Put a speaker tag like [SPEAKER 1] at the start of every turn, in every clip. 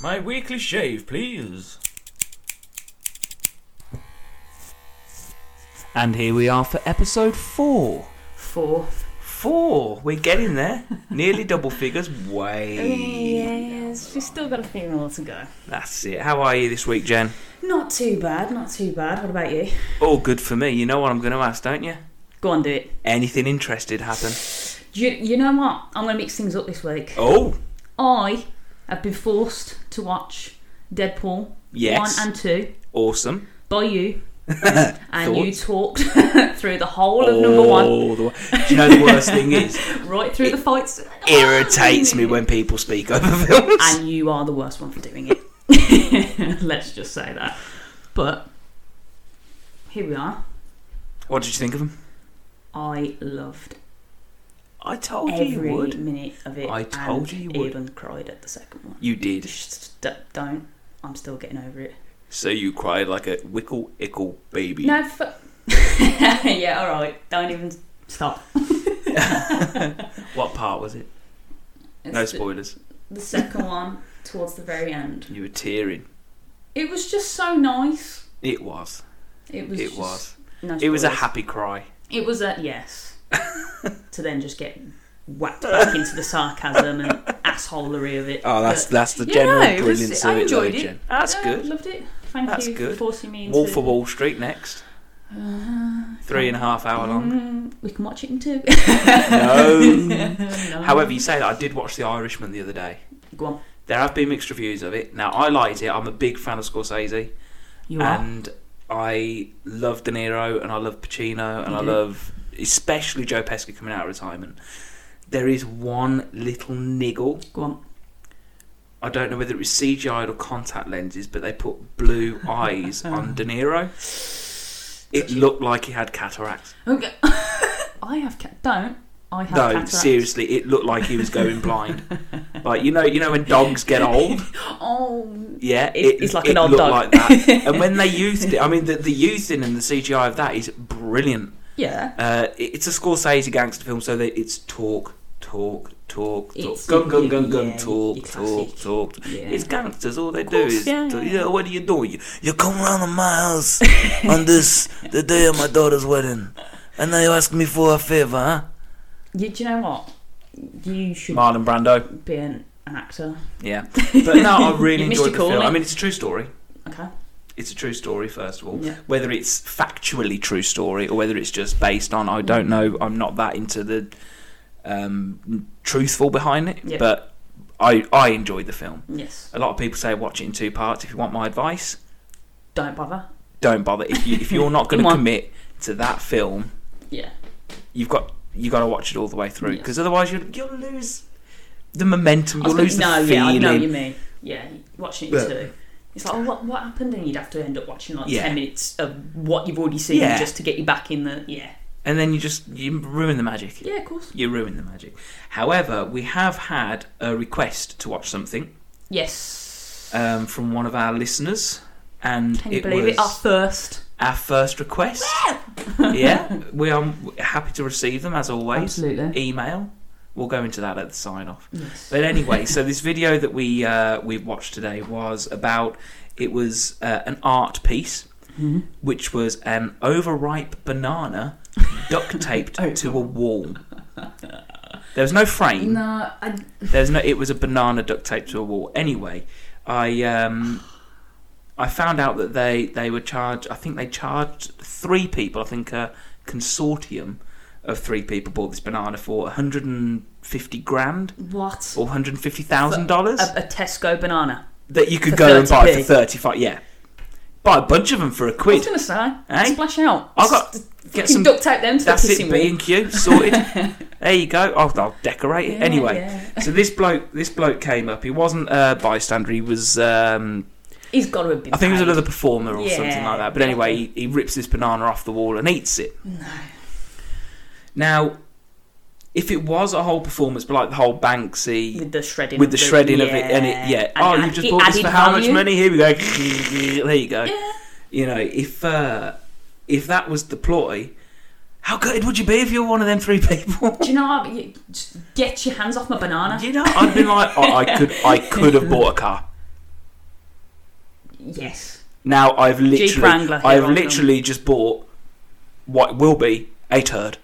[SPEAKER 1] My weekly shave, please.
[SPEAKER 2] And here we are for episode four.
[SPEAKER 3] Four.
[SPEAKER 2] Four. We're getting there. Nearly double figures. Way.
[SPEAKER 3] Yes, she's still got a few more to go.
[SPEAKER 2] That's it. How are you this week, Jen?
[SPEAKER 3] Not too bad, not too bad. What about you?
[SPEAKER 2] All good for me. You know what I'm going to ask, don't you?
[SPEAKER 3] Go on, do it.
[SPEAKER 2] Anything interested happen?
[SPEAKER 3] You, you know what? I'm going to mix things up this week.
[SPEAKER 2] Oh,
[SPEAKER 3] I have been forced to watch Deadpool
[SPEAKER 2] yes.
[SPEAKER 3] 1 and 2
[SPEAKER 2] awesome.
[SPEAKER 3] by you, and you
[SPEAKER 2] Thoughts?
[SPEAKER 3] talked through the whole of number one,
[SPEAKER 2] All the way- Do you know the worst thing is?
[SPEAKER 3] right through the fights.
[SPEAKER 2] Irritates me when people speak over films.
[SPEAKER 3] And you are the worst one for doing it. Let's just say that. But here we are.
[SPEAKER 2] What did you think of them?
[SPEAKER 3] I loved
[SPEAKER 2] I told Oh, you
[SPEAKER 3] every
[SPEAKER 2] you would.
[SPEAKER 3] minute of it.
[SPEAKER 2] I told
[SPEAKER 3] and
[SPEAKER 2] you you would.
[SPEAKER 3] Even cried at the second one.
[SPEAKER 2] You did.
[SPEAKER 3] Just d- don't. I'm still getting over it.
[SPEAKER 2] So you cried like a wickle ickle baby.
[SPEAKER 3] No. F- yeah. All right. Don't even stop.
[SPEAKER 2] What part was it?
[SPEAKER 3] It's
[SPEAKER 2] no
[SPEAKER 3] the-
[SPEAKER 2] spoilers.
[SPEAKER 3] The, second one towards the very end.
[SPEAKER 2] You were tearing.
[SPEAKER 3] It was just so nice.
[SPEAKER 2] It was.
[SPEAKER 3] It was.
[SPEAKER 2] It
[SPEAKER 3] just-
[SPEAKER 2] was.
[SPEAKER 3] No
[SPEAKER 2] It was a
[SPEAKER 3] spoilers.
[SPEAKER 2] happy cry.
[SPEAKER 3] It was a yes. to then just get whacked back into the sarcasm and assholery of it.
[SPEAKER 2] Oh, that's
[SPEAKER 3] But-
[SPEAKER 2] that's the
[SPEAKER 3] Yeah,
[SPEAKER 2] general
[SPEAKER 3] no, it was-
[SPEAKER 2] brilliance
[SPEAKER 3] I
[SPEAKER 2] of it, though,
[SPEAKER 3] enjoyed it.
[SPEAKER 2] Jen. That's
[SPEAKER 3] Yeah,
[SPEAKER 2] good.
[SPEAKER 3] Loved it. Thank
[SPEAKER 2] That's
[SPEAKER 3] you
[SPEAKER 2] good.
[SPEAKER 3] for forcing me into Uh,
[SPEAKER 2] Wolf of Wall Street next. Three and a half hour long.
[SPEAKER 3] Mm, we can watch it in two.
[SPEAKER 2] No.
[SPEAKER 3] No.
[SPEAKER 2] However, you say that I did watch The Irishman the other day.
[SPEAKER 3] go on.
[SPEAKER 2] There have been mixed reviews of it. Now I liked it. I'm a big fan of Scorsese,
[SPEAKER 3] You are.
[SPEAKER 2] and I love De Niro, and I love Pacino, and
[SPEAKER 3] You
[SPEAKER 2] I
[SPEAKER 3] do.
[SPEAKER 2] love especially Joe Pesci coming out of retirement. There is one little niggle.
[SPEAKER 3] Go on.
[SPEAKER 2] I don't know whether it was CGI or contact lenses, but they put blue eyes on De Niro. It looked like he had cataracts.
[SPEAKER 3] Okay. I have cat. Don't. I have
[SPEAKER 2] no,
[SPEAKER 3] cataracts.
[SPEAKER 2] seriously, it looked like he was going blind. like you know, you know when dogs get old.
[SPEAKER 3] Oh.
[SPEAKER 2] Yeah,
[SPEAKER 3] It- it's like an old
[SPEAKER 2] looked
[SPEAKER 3] dog.
[SPEAKER 2] like that. and when they used it, I mean, the, the using and the CGI of that is brilliant.
[SPEAKER 3] Yeah.
[SPEAKER 2] Uh, it- it's a Scorsese gangster film, so they, it's talk, talk, talk, talk,
[SPEAKER 3] It's-
[SPEAKER 2] gun, gun, gun, gun,
[SPEAKER 3] yeah,
[SPEAKER 2] talk,
[SPEAKER 3] your
[SPEAKER 2] talk,
[SPEAKER 3] classic.
[SPEAKER 2] talk.
[SPEAKER 3] Yeah.
[SPEAKER 2] It's gangsters. All they do
[SPEAKER 3] course,
[SPEAKER 2] is,
[SPEAKER 3] yeah,
[SPEAKER 2] to-
[SPEAKER 3] yeah,
[SPEAKER 2] yeah,
[SPEAKER 3] yeah.
[SPEAKER 2] what do you do? You, you come round to my house on this the day of my daughter's wedding, and now you ask me for a favour, huh?
[SPEAKER 3] You, do you know what? You should
[SPEAKER 2] Marlon Brando.
[SPEAKER 3] be an, an actor.
[SPEAKER 2] Yeah, but no, I really
[SPEAKER 3] You missed
[SPEAKER 2] enjoyed the
[SPEAKER 3] your
[SPEAKER 2] film. I
[SPEAKER 3] calling.
[SPEAKER 2] mean, it's a true story.
[SPEAKER 3] Okay.
[SPEAKER 2] it's a true story first of all
[SPEAKER 3] Yeah.
[SPEAKER 2] whether it's factually true story or whether it's just based on i don't know i'm not that into the um, truthful behind it
[SPEAKER 3] Yeah.
[SPEAKER 2] but i i enjoyed the film
[SPEAKER 3] Yes.
[SPEAKER 2] a lot of people say watch it in two parts if you want my advice
[SPEAKER 3] Don't bother.
[SPEAKER 2] don't bother if, you, if you're not going
[SPEAKER 3] In
[SPEAKER 2] to
[SPEAKER 3] one.
[SPEAKER 2] commit to that film
[SPEAKER 3] Yeah.
[SPEAKER 2] you've got you got to watch it all the way through
[SPEAKER 3] Yeah.
[SPEAKER 2] because otherwise you'll, you'll lose the momentum
[SPEAKER 3] I
[SPEAKER 2] you'll
[SPEAKER 3] was
[SPEAKER 2] lose the
[SPEAKER 3] gonna- no, yeah, I
[SPEAKER 2] feeling
[SPEAKER 3] know what you mean. Yeah, watching it
[SPEAKER 2] But-
[SPEAKER 3] too. It's like, oh, what, what happened? And you'd have to end up watching like
[SPEAKER 2] Yeah.
[SPEAKER 3] 10 minutes of what you've already seen
[SPEAKER 2] Yeah.
[SPEAKER 3] just to get you back in the. Yeah.
[SPEAKER 2] and then you just you ruin the magic
[SPEAKER 3] Yeah, of course.
[SPEAKER 2] you ruin the magic however we have had a request to watch something
[SPEAKER 3] Yes.
[SPEAKER 2] um, from one of our listeners, and
[SPEAKER 3] Can you
[SPEAKER 2] it
[SPEAKER 3] believe
[SPEAKER 2] was
[SPEAKER 3] it? Our first.
[SPEAKER 2] our first request. yeah, we are happy to receive them as always.
[SPEAKER 3] Absolutely.
[SPEAKER 2] Email. We'll go into that at the sign off.
[SPEAKER 3] Yes.
[SPEAKER 2] But anyway, so this video that we uh, we watched today was about it was uh, an art piece,
[SPEAKER 3] Mhm.
[SPEAKER 2] which was an overripe banana duct taped to a wall. There was no frame.
[SPEAKER 3] No, I,
[SPEAKER 2] There's no. It was a banana duct taped to a wall. Anyway, I um, I found out that they they were charged. I think they charged three people. I think a consortium of three people bought this banana for 150 grand
[SPEAKER 3] what?
[SPEAKER 2] or 150 thousand dollars
[SPEAKER 3] A, a Tesco banana.
[SPEAKER 2] that you could
[SPEAKER 3] for
[SPEAKER 2] go and buy for 35.
[SPEAKER 3] 30p.
[SPEAKER 2] Yeah, buy a bunch of them for a
[SPEAKER 3] I was
[SPEAKER 2] quid.
[SPEAKER 3] going to say,
[SPEAKER 2] Eh?
[SPEAKER 3] splash out.
[SPEAKER 2] I got
[SPEAKER 3] Get
[SPEAKER 2] get some.
[SPEAKER 3] duct tape them to
[SPEAKER 2] That's
[SPEAKER 3] the
[SPEAKER 2] it.
[SPEAKER 3] pissing
[SPEAKER 2] B
[SPEAKER 3] wall.
[SPEAKER 2] and Q sorted. there you go. I'll, I'll decorate it
[SPEAKER 3] Yeah,
[SPEAKER 2] anyway.
[SPEAKER 3] yeah.
[SPEAKER 2] So this bloke, this bloke came up. He wasn't a bystander. He was, um,
[SPEAKER 3] He's got to have been.
[SPEAKER 2] I think, he was
[SPEAKER 3] paid.
[SPEAKER 2] another performer or
[SPEAKER 3] Yeah.
[SPEAKER 2] something like that. But anyway, he, he rips this banana off the wall and eats it. Now, if it was a whole performance, but like the whole Banksy
[SPEAKER 3] With the shredding.
[SPEAKER 2] with the shredding of it, and it, yeah, oh,
[SPEAKER 3] And
[SPEAKER 2] you
[SPEAKER 3] add-
[SPEAKER 2] just
[SPEAKER 3] it
[SPEAKER 2] bought this
[SPEAKER 3] added
[SPEAKER 2] for how much
[SPEAKER 3] value.
[SPEAKER 2] money? Here we go. there you go.
[SPEAKER 3] Yeah.
[SPEAKER 2] You know, if uh, if that was the ploy, how gutted would you be if you were one of them three people?
[SPEAKER 3] Do you know what? You- just Get your hands off my banana.
[SPEAKER 2] You know, I'd been like, oh, I could, I could have bought a car.
[SPEAKER 3] Yes.
[SPEAKER 2] Now I've literally,
[SPEAKER 3] Wrangler here
[SPEAKER 2] I've
[SPEAKER 3] on
[SPEAKER 2] literally just bought what will be a turd.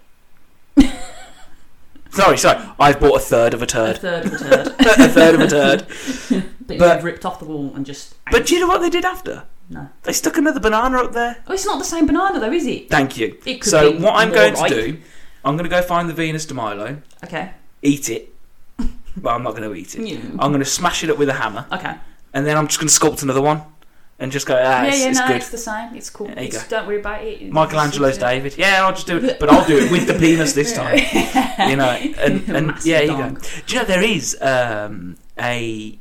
[SPEAKER 2] sorry, sorry. I've bought a third of a
[SPEAKER 3] A
[SPEAKER 2] turd.
[SPEAKER 3] third of a turd.
[SPEAKER 2] a third of a turd.
[SPEAKER 3] But,
[SPEAKER 2] But-
[SPEAKER 3] you've ripped off the wall and just.
[SPEAKER 2] But do you know what they did after?
[SPEAKER 3] No.
[SPEAKER 2] They stuck another banana up there.
[SPEAKER 3] Oh, it's not the same banana though, is it?
[SPEAKER 2] Thank you.
[SPEAKER 3] It could
[SPEAKER 2] So
[SPEAKER 3] be
[SPEAKER 2] what I'm
[SPEAKER 3] more
[SPEAKER 2] going
[SPEAKER 3] ripe.
[SPEAKER 2] to do, I'm going to go find the Venus de Milo,
[SPEAKER 3] Okay.
[SPEAKER 2] eat it, but I'm not going to eat it.
[SPEAKER 3] Yeah.
[SPEAKER 2] I'm going to smash it up with a hammer,
[SPEAKER 3] Okay.
[SPEAKER 2] and then I'm just going to sculpt another one, and just go, ah,
[SPEAKER 3] yeah,
[SPEAKER 2] it's,
[SPEAKER 3] yeah,
[SPEAKER 2] it's
[SPEAKER 3] no,
[SPEAKER 2] good.
[SPEAKER 3] it's the same. It's cool.
[SPEAKER 2] There you
[SPEAKER 3] It's- Don't worry about it. It's-
[SPEAKER 2] Michelangelo's David. Yeah, I'll just do it, but I'll do it with the penis this time. You know, and, and
[SPEAKER 3] Massive
[SPEAKER 2] yeah, you go.
[SPEAKER 3] dong.
[SPEAKER 2] Do you know there is um, a,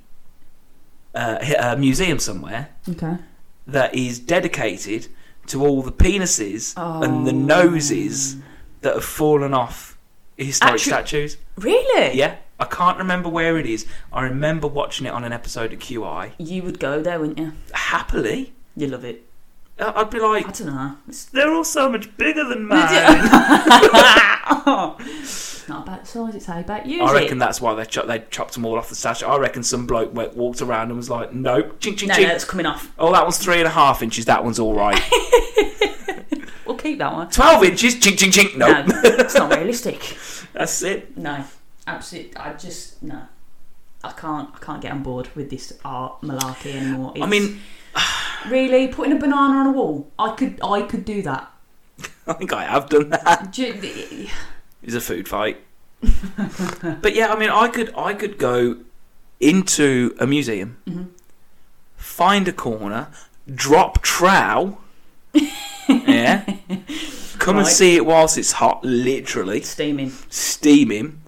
[SPEAKER 2] uh, a museum somewhere
[SPEAKER 3] Okay.
[SPEAKER 2] that is dedicated to all the penises and the
[SPEAKER 3] Oh.
[SPEAKER 2] noses that have fallen off historic
[SPEAKER 3] Actu-
[SPEAKER 2] statues.
[SPEAKER 3] Really?
[SPEAKER 2] Yeah, I can't remember where it is. I remember watching it on an episode of QI.
[SPEAKER 3] You would go there, wouldn't you?
[SPEAKER 2] Happily,
[SPEAKER 3] You love it.
[SPEAKER 2] I- I'd be like,
[SPEAKER 3] I don't know. It's
[SPEAKER 2] they're all so much bigger than
[SPEAKER 3] Did
[SPEAKER 2] mine.
[SPEAKER 3] not about size. It's how about you.
[SPEAKER 2] I reckon that's why they cho- they chopped them all off the statue. I reckon some bloke went, walked around and was like, nope, ching ching
[SPEAKER 3] No, no,
[SPEAKER 2] ching.
[SPEAKER 3] it's coming off.
[SPEAKER 2] Oh, that one's three and a half inches. That one's all right.
[SPEAKER 3] We'll keep that one.
[SPEAKER 2] Twelve inches. Ching ching ching. Nope.
[SPEAKER 3] No, it's not realistic.
[SPEAKER 2] That's it.
[SPEAKER 3] No, absolutely. I just no. I can't. I can't get on board with this art malarkey anymore.
[SPEAKER 2] I
[SPEAKER 3] It's-
[SPEAKER 2] mean,
[SPEAKER 3] really, putting a banana on a wall. I could. I could do that.
[SPEAKER 2] I think I have done that.
[SPEAKER 3] Do you-
[SPEAKER 2] It's a food fight. but yeah, I mean, I could I could go into a museum,
[SPEAKER 3] Mhm.
[SPEAKER 2] find a corner, drop trow. yeah. Come and
[SPEAKER 3] Right.
[SPEAKER 2] see it whilst it's hot, literally
[SPEAKER 3] steaming.
[SPEAKER 2] steaming.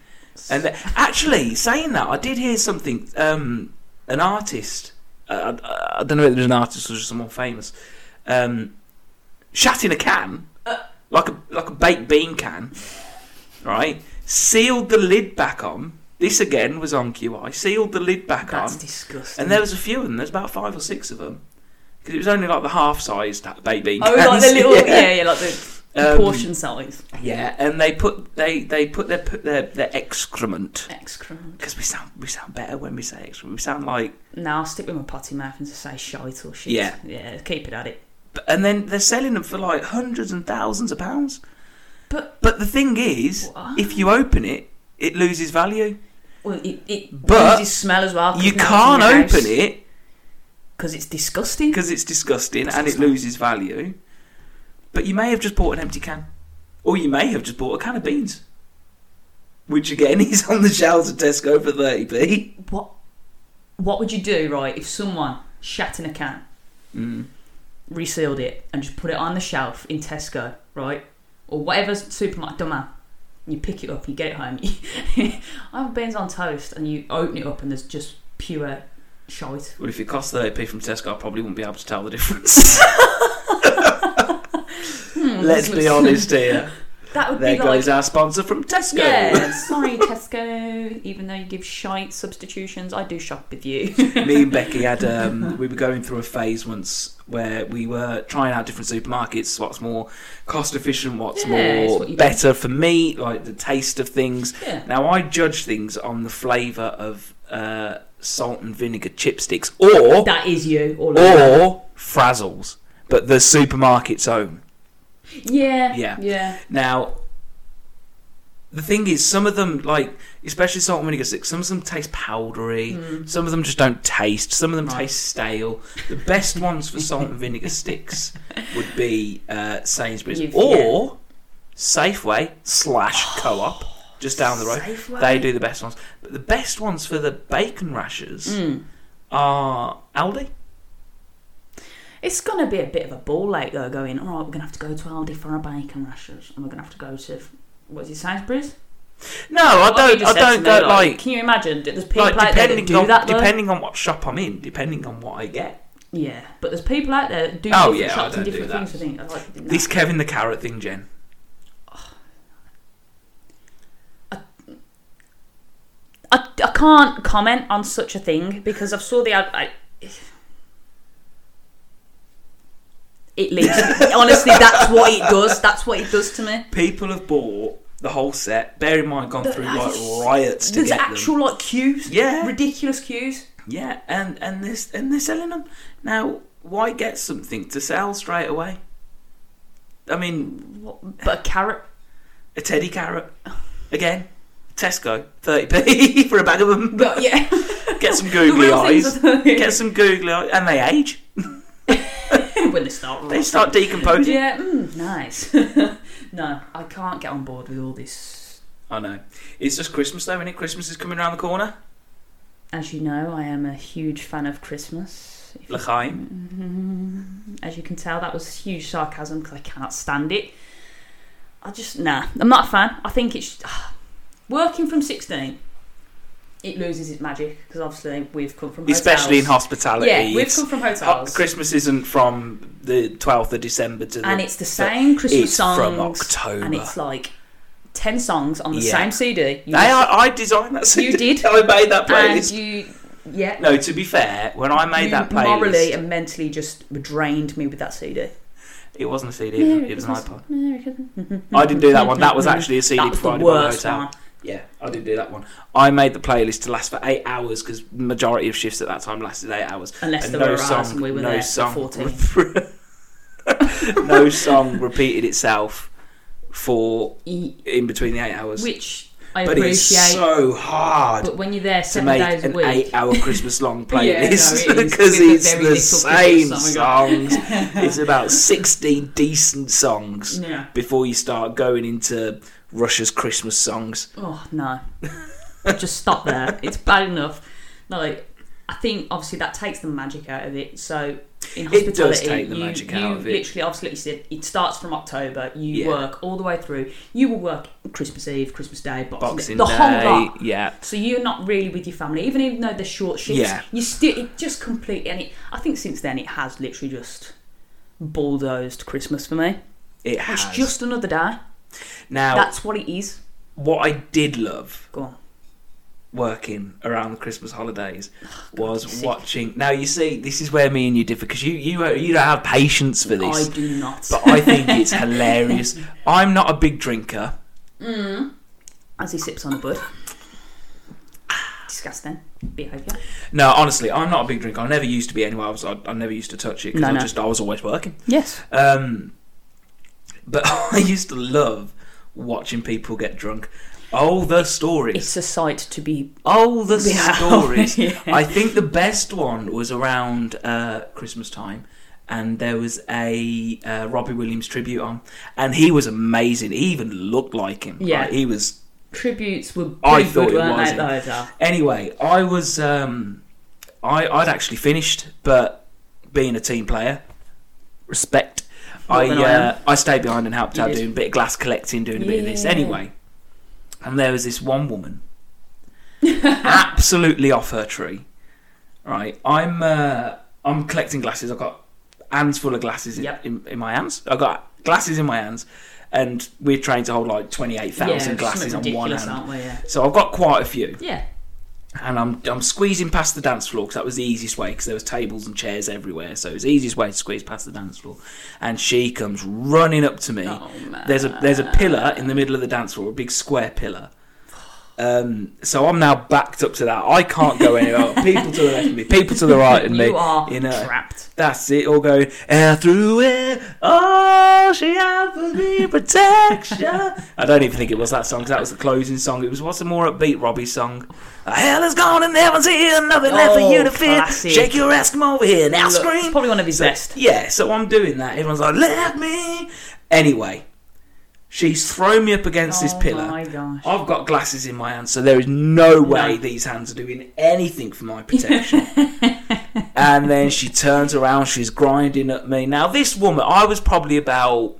[SPEAKER 2] And th- actually, saying that, I did hear something. Um, an artist, uh, I, I don't know whether it was an artist or just someone famous, um, shat in a can, like a like a baked bean can, right? Sealed the lid back on. This again was on QI. Sealed the lid back
[SPEAKER 3] That's
[SPEAKER 2] on,
[SPEAKER 3] disgusting.
[SPEAKER 2] and there was a few of them. There's about five or six of them because it was only like the half-sized baked bean.
[SPEAKER 3] oh, like
[SPEAKER 2] cans.
[SPEAKER 3] the little yeah, yeah, like the
[SPEAKER 2] Um,
[SPEAKER 3] portion size.
[SPEAKER 2] yeah, and they put they they put their put their their excrement
[SPEAKER 3] Excrement.
[SPEAKER 2] because we sound we sound better when we say extra. We sound like
[SPEAKER 3] No, I'll stick with my potty mouth and just say shite or shit.
[SPEAKER 2] Yeah.
[SPEAKER 3] yeah. Keep it at it.
[SPEAKER 2] and then they're selling them for like hundreds and thousands of pounds.
[SPEAKER 3] But-
[SPEAKER 2] but the thing is,
[SPEAKER 3] What?
[SPEAKER 2] if you open it, it loses value.
[SPEAKER 3] Well, it, it
[SPEAKER 2] But
[SPEAKER 3] loses smell as well.
[SPEAKER 2] You can't open it
[SPEAKER 3] because it's disgusting.
[SPEAKER 2] because it's disgusting and it
[SPEAKER 3] Disgusting.
[SPEAKER 2] loses value. But you may have just bought an empty can, or you may have just bought a can of beans, which again is on the shelves at Tesco for thirty p.
[SPEAKER 3] What What would you do, right, if someone shat in a can,
[SPEAKER 2] Mm.
[SPEAKER 3] resealed it, and just put it on the shelf in Tesco, right, or whatever supermarket, don't matter. You pick it up, you get it home. I have beans on toast, and you open it up, and there's just pure shite.
[SPEAKER 2] Well, if it costs thirty p from Tesco, I probably wouldn't be able to tell the difference. Let's be honest here.
[SPEAKER 3] Hmm. That would
[SPEAKER 2] There
[SPEAKER 3] be like
[SPEAKER 2] goes our sponsor from Tesco.
[SPEAKER 3] Yeah, sorry, Tesco. Even though you give shite substitutions, I do shop with you.
[SPEAKER 2] Me and Becky had um, we were going through a phase once where we were trying out different supermarkets. What's more cost efficient? What's
[SPEAKER 3] Yeah, it's
[SPEAKER 2] more
[SPEAKER 3] what you do.
[SPEAKER 2] better for me? Like the taste of things.
[SPEAKER 3] Yeah.
[SPEAKER 2] Now I judge things on the flavour of uh, salt and vinegar chipsticks or
[SPEAKER 3] That is you, all
[SPEAKER 2] Oh.
[SPEAKER 3] over.
[SPEAKER 2] or Frazzles, but the supermarket's own.
[SPEAKER 3] Yeah,
[SPEAKER 2] Yeah.
[SPEAKER 3] yeah, yeah.
[SPEAKER 2] Now, the thing is, some of them, like especially salt and vinegar sticks, some of them taste powdery. Some of them just don't taste. Some of them
[SPEAKER 3] Hmm. Right.
[SPEAKER 2] taste stale. The best ones for salt and vinegar sticks would be uh, Sainsbury's
[SPEAKER 3] You've-
[SPEAKER 2] or Safeway slash Co-op, just down the road.
[SPEAKER 3] Safeway.
[SPEAKER 2] They do the best ones. But the best ones for the bacon rashers
[SPEAKER 3] Hmm.
[SPEAKER 2] are Aldi.
[SPEAKER 3] It's gonna be a bit of a ball late though. Going, all right, we're gonna have to go to Aldi for our bacon rashers, and we're gonna have to go to what's it, Sainsbury's?
[SPEAKER 2] No, I
[SPEAKER 3] What have
[SPEAKER 2] don't. I
[SPEAKER 3] you just said
[SPEAKER 2] don't
[SPEAKER 3] to me,
[SPEAKER 2] go like.
[SPEAKER 3] Can you imagine? that There's people
[SPEAKER 2] Like
[SPEAKER 3] out there
[SPEAKER 2] depending
[SPEAKER 3] that do
[SPEAKER 2] on
[SPEAKER 3] that though.
[SPEAKER 2] depending on what shop I'm in, depending on what I get,
[SPEAKER 3] yeah, but there's people out there that do
[SPEAKER 2] Oh,
[SPEAKER 3] different
[SPEAKER 2] yeah, I
[SPEAKER 3] shops and
[SPEAKER 2] don't do
[SPEAKER 3] different
[SPEAKER 2] that.
[SPEAKER 3] things. I think. I like, no.
[SPEAKER 2] This Kevin the Carrot thing, Jen.
[SPEAKER 3] I, I can't comment on such a thing because I've saw the ad. I, it leaves. honestly, that's what it does. That's what it does to me.
[SPEAKER 2] People have bought the whole set. Bear in mind, gone through
[SPEAKER 3] I
[SPEAKER 2] like
[SPEAKER 3] just-
[SPEAKER 2] riots to
[SPEAKER 3] There's
[SPEAKER 2] get
[SPEAKER 3] actual like queues.
[SPEAKER 2] Yeah.
[SPEAKER 3] Ridiculous queues.
[SPEAKER 2] them. Yeah, and and this and they're selling them now. why get something to sell straight away? I mean,
[SPEAKER 3] What, but a carrot?
[SPEAKER 2] a teddy carrot again. Tesco, thirty p for a bag of them.
[SPEAKER 3] But yeah,
[SPEAKER 2] Get some
[SPEAKER 3] the
[SPEAKER 2] googly
[SPEAKER 3] real things
[SPEAKER 2] eyes.
[SPEAKER 3] are the-
[SPEAKER 2] Get some googly eyes, and they age.
[SPEAKER 3] when they start.
[SPEAKER 2] They start decomposing.
[SPEAKER 3] Yeah, mm, nice. no, I can't get on board with all this.
[SPEAKER 2] I know. It's just Christmas though, isn't it? Christmas is coming around the corner.
[SPEAKER 3] As you know, I am a huge fan of Christmas. If you-
[SPEAKER 2] L'chaim.
[SPEAKER 3] Mhm. As you can tell, that was huge sarcasm because I cannot stand it. I just nah, I'm not a fan. I think it's ah, working from 16. It loses its magic because obviously we've come from hotels.
[SPEAKER 2] especially in hospitality.
[SPEAKER 3] Yeah, we've
[SPEAKER 2] it's-
[SPEAKER 3] come from
[SPEAKER 2] ho-
[SPEAKER 3] hotels,
[SPEAKER 2] Christmas isn't from the twelfth of December to the
[SPEAKER 3] and it's the same Christmas
[SPEAKER 2] it's
[SPEAKER 3] songs
[SPEAKER 2] from October.
[SPEAKER 3] and it's like ten songs on the
[SPEAKER 2] Yeah.
[SPEAKER 3] same CD. You
[SPEAKER 2] They are, I designed that.
[SPEAKER 3] You
[SPEAKER 2] CD.
[SPEAKER 3] did?
[SPEAKER 2] I made that
[SPEAKER 3] and
[SPEAKER 2] playlist.
[SPEAKER 3] you, yeah,
[SPEAKER 2] no, to be fair, when I made
[SPEAKER 3] you
[SPEAKER 2] that playlist,
[SPEAKER 3] morally and mentally just drained me with that CD.
[SPEAKER 2] it wasn't a CD. it was an iPod.
[SPEAKER 3] Merry Christmas.
[SPEAKER 2] I didn't do that one. That was actually a CD
[SPEAKER 3] Mm-hmm. That was the
[SPEAKER 2] provided by the
[SPEAKER 3] worst
[SPEAKER 2] hotel.
[SPEAKER 3] one.
[SPEAKER 2] Yeah, I did do that one. I made the playlist to last for eight hours because majority of shifts at that time lasted eight hours.
[SPEAKER 3] Unless
[SPEAKER 2] And
[SPEAKER 3] there were ours and we were there for 14.
[SPEAKER 2] no song repeated itself for
[SPEAKER 3] E-
[SPEAKER 2] in between the eight hours.
[SPEAKER 3] which I
[SPEAKER 2] but
[SPEAKER 3] appreciate.
[SPEAKER 2] it's so hard
[SPEAKER 3] but when you're there
[SPEAKER 2] to
[SPEAKER 3] seven
[SPEAKER 2] make
[SPEAKER 3] days a
[SPEAKER 2] an
[SPEAKER 3] week,
[SPEAKER 2] eight-hour Christmas-long
[SPEAKER 3] Yeah, no, it is,
[SPEAKER 2] playlist because
[SPEAKER 3] with a
[SPEAKER 2] it's
[SPEAKER 3] very
[SPEAKER 2] the
[SPEAKER 3] little
[SPEAKER 2] same
[SPEAKER 3] Christmas oh song
[SPEAKER 2] songs. it's about sixty decent songs
[SPEAKER 3] yeah.
[SPEAKER 2] before you start going into Russia's Christmas songs.
[SPEAKER 3] Oh no, just stop there. It's bad enough. No, like, I think obviously that takes the magic out of it. So in
[SPEAKER 2] It
[SPEAKER 3] hospitality,
[SPEAKER 2] does take the
[SPEAKER 3] you,
[SPEAKER 2] magic
[SPEAKER 3] you
[SPEAKER 2] out of it.
[SPEAKER 3] literally, obviously, said it starts from October. You
[SPEAKER 2] Yeah.
[SPEAKER 3] work all the way through. You will work Christmas Eve, Christmas Day,
[SPEAKER 2] Boxing
[SPEAKER 3] Boxing, Day, the
[SPEAKER 2] Day,
[SPEAKER 3] whole lot.
[SPEAKER 2] yeah.
[SPEAKER 3] So you're not really with your family, even even though they're short shifts.
[SPEAKER 2] Yeah.
[SPEAKER 3] You still it just completely and it, I think since then it has literally just bulldozed Christmas for me.
[SPEAKER 2] It
[SPEAKER 3] It's
[SPEAKER 2] has.
[SPEAKER 3] just another day.
[SPEAKER 2] now,
[SPEAKER 3] That's what it is.
[SPEAKER 2] what I did love
[SPEAKER 3] Go on.
[SPEAKER 2] working around the Christmas holidays
[SPEAKER 3] you're
[SPEAKER 2] was
[SPEAKER 3] sick.
[SPEAKER 2] watching. Now you see, this is where me and you differ because you you you don't have patience for this.
[SPEAKER 3] I do not.
[SPEAKER 2] but I think it's hilarious. I'm not a big drinker.
[SPEAKER 3] As he sips on a bud. Disgusting behaviour.
[SPEAKER 2] No, honestly, I'm not a big drinker. I never used to be anyway. I was I, I never used to touch it because
[SPEAKER 3] No,
[SPEAKER 2] I
[SPEAKER 3] no.
[SPEAKER 2] just I was always working.
[SPEAKER 3] Yes.
[SPEAKER 2] Um, but I used to love watching people get drunk. Oh, the stories.
[SPEAKER 3] It's a sight to be.
[SPEAKER 2] Oh, the
[SPEAKER 3] Yeah.
[SPEAKER 2] stories!
[SPEAKER 3] Yeah.
[SPEAKER 2] I think the best one was around uh, Christmas time, and there was a uh, Robbie Williams tribute on, and he was amazing. He even looked like him.
[SPEAKER 3] Yeah.
[SPEAKER 2] Like, he was.
[SPEAKER 3] Tributes were pretty
[SPEAKER 2] I thought
[SPEAKER 3] good,
[SPEAKER 2] it
[SPEAKER 3] weren't
[SPEAKER 2] was
[SPEAKER 3] they, uh,
[SPEAKER 2] him.
[SPEAKER 3] at the hotel?
[SPEAKER 2] Anyway, I was. Um, I I'd actually finished, but being a team player, respect.
[SPEAKER 3] More
[SPEAKER 2] I
[SPEAKER 3] than I
[SPEAKER 2] uh, I stayed behind and helped
[SPEAKER 3] You
[SPEAKER 2] out
[SPEAKER 3] did.
[SPEAKER 2] doing a bit of glass collecting, doing a bit of this.
[SPEAKER 3] Yeah.
[SPEAKER 2] Anyway, and there was this one woman, absolutely off her tree. Right, I'm uh, I'm collecting glasses. I've got hands full of glasses in,
[SPEAKER 3] Yep.
[SPEAKER 2] in, in my hands. I've got glasses in my hands, and we're trained to hold like twenty eight
[SPEAKER 3] Yeah,
[SPEAKER 2] thousand
[SPEAKER 3] something
[SPEAKER 2] glasses on one
[SPEAKER 3] ridiculous,
[SPEAKER 2] hand.
[SPEAKER 3] aren't we? Yeah.
[SPEAKER 2] So I've got quite a few
[SPEAKER 3] yeah.
[SPEAKER 2] and I'm I'm squeezing past the dance floor because that was the easiest way because there was tables and chairs everywhere, so it was the easiest way to squeeze past the dance floor. And she comes running up to me.
[SPEAKER 3] Oh, man.
[SPEAKER 2] There's a there's a pillar in the middle of the dance floor, a big square pillar. Um, so I'm now backed up to that. I can't go anywhere. people to the left of me, people to the right of me.
[SPEAKER 3] You are
[SPEAKER 2] you know.
[SPEAKER 3] trapped.
[SPEAKER 2] That's it, all going, and through it, oh, she offered me protection. I don't even think it was that song, 'cause that was the closing song. It was what's a more upbeat Robbie song. Hell is gone and heaven's here, nothing left for
[SPEAKER 3] Oh,
[SPEAKER 2] you to fear.
[SPEAKER 3] classic.
[SPEAKER 2] Shake your ass, come over here, now
[SPEAKER 3] Look,
[SPEAKER 2] scream.
[SPEAKER 3] it's probably one of his
[SPEAKER 2] So-
[SPEAKER 3] best.
[SPEAKER 2] Yeah, so I'm doing that. Everyone's like, let me. Anyway, she's thrown me up against this
[SPEAKER 3] Oh
[SPEAKER 2] pillar.
[SPEAKER 3] my gosh.
[SPEAKER 2] I've got glasses in my hand, so there is no way
[SPEAKER 3] No.
[SPEAKER 2] these hands are doing anything for my protection. and then she turns around, she's grinding at me. Now, this woman, I was probably about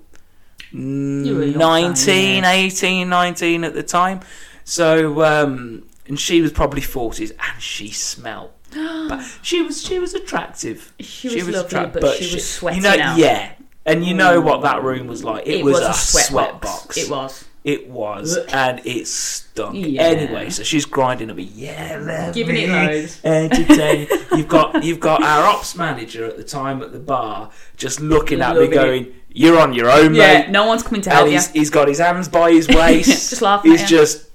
[SPEAKER 3] were young,
[SPEAKER 2] 19,
[SPEAKER 3] yeah.
[SPEAKER 2] 18, 19 at the time. So, um, and she was probably 40s, and she smelled. But she was she was attractive.
[SPEAKER 3] She was lovely,
[SPEAKER 2] attract-
[SPEAKER 3] but she was sweating
[SPEAKER 2] You know,
[SPEAKER 3] out. Mm.
[SPEAKER 2] yeah, and you know what that room was like. It, was, a sweat, box.
[SPEAKER 3] It was.
[SPEAKER 2] It was,
[SPEAKER 3] Blech.
[SPEAKER 2] and it stunk.
[SPEAKER 3] Yeah.
[SPEAKER 2] Anyway, so she's grinding at me. Yeah, let
[SPEAKER 3] Giving
[SPEAKER 2] me
[SPEAKER 3] it loads.
[SPEAKER 2] entertain. you've got you've got our ops manager at the time at the bar, just looking at me,
[SPEAKER 3] Loving it.
[SPEAKER 2] going, "You're on your own,
[SPEAKER 3] Yeah,
[SPEAKER 2] mate."
[SPEAKER 3] no one's coming to help
[SPEAKER 2] and
[SPEAKER 3] you.
[SPEAKER 2] he's, he's got his hands by his waist.
[SPEAKER 3] Just laughing
[SPEAKER 2] He's
[SPEAKER 3] at you.
[SPEAKER 2] just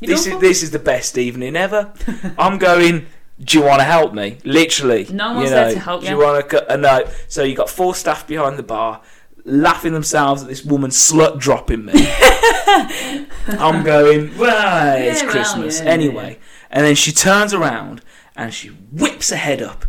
[SPEAKER 3] You
[SPEAKER 2] this
[SPEAKER 3] don't
[SPEAKER 2] is this is the best evening ever. I'm going. do you want to help me? Literally.
[SPEAKER 3] No
[SPEAKER 2] you
[SPEAKER 3] one's there to help
[SPEAKER 2] do
[SPEAKER 3] you.
[SPEAKER 2] you. want to? Uh, no. So you got four staff behind the bar laughing themselves at this woman slut dropping me. I'm going, well, it's
[SPEAKER 3] Yeah, well,
[SPEAKER 2] Christmas.
[SPEAKER 3] yeah, yeah,
[SPEAKER 2] anyway. And then she turns around and she whips her head up.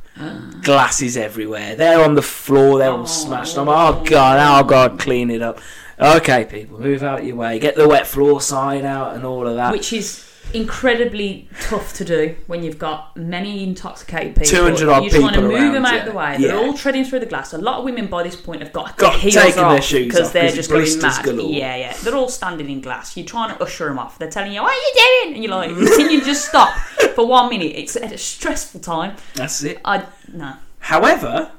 [SPEAKER 2] Glasses everywhere. They're on the floor. They're all smashed. I'm, oh God, oh God, clean it up. Okay, people, move out your way. Get the wet floor sign out and all of that.
[SPEAKER 3] which is incredibly tough to do when you've got many intoxicated people.
[SPEAKER 2] 200 odd
[SPEAKER 3] You just want to
[SPEAKER 2] people around,
[SPEAKER 3] move them out
[SPEAKER 2] yeah.
[SPEAKER 3] of the way. They're
[SPEAKER 2] Yeah.
[SPEAKER 3] all treading through the glass. A lot of women by this point have got,
[SPEAKER 2] Got
[SPEAKER 3] their heels
[SPEAKER 2] taken their
[SPEAKER 3] off
[SPEAKER 2] shoes
[SPEAKER 3] because
[SPEAKER 2] off
[SPEAKER 3] they're
[SPEAKER 2] 'cause
[SPEAKER 3] just
[SPEAKER 2] blisters
[SPEAKER 3] going mad.
[SPEAKER 2] galore.
[SPEAKER 3] Yeah, yeah. They're all standing in glass. You're trying to usher them off. They're telling you, "What are you doing?" And you're like, "Can you just stop for one minute?" It's at a stressful time.
[SPEAKER 2] That's it.
[SPEAKER 3] I no.
[SPEAKER 2] However,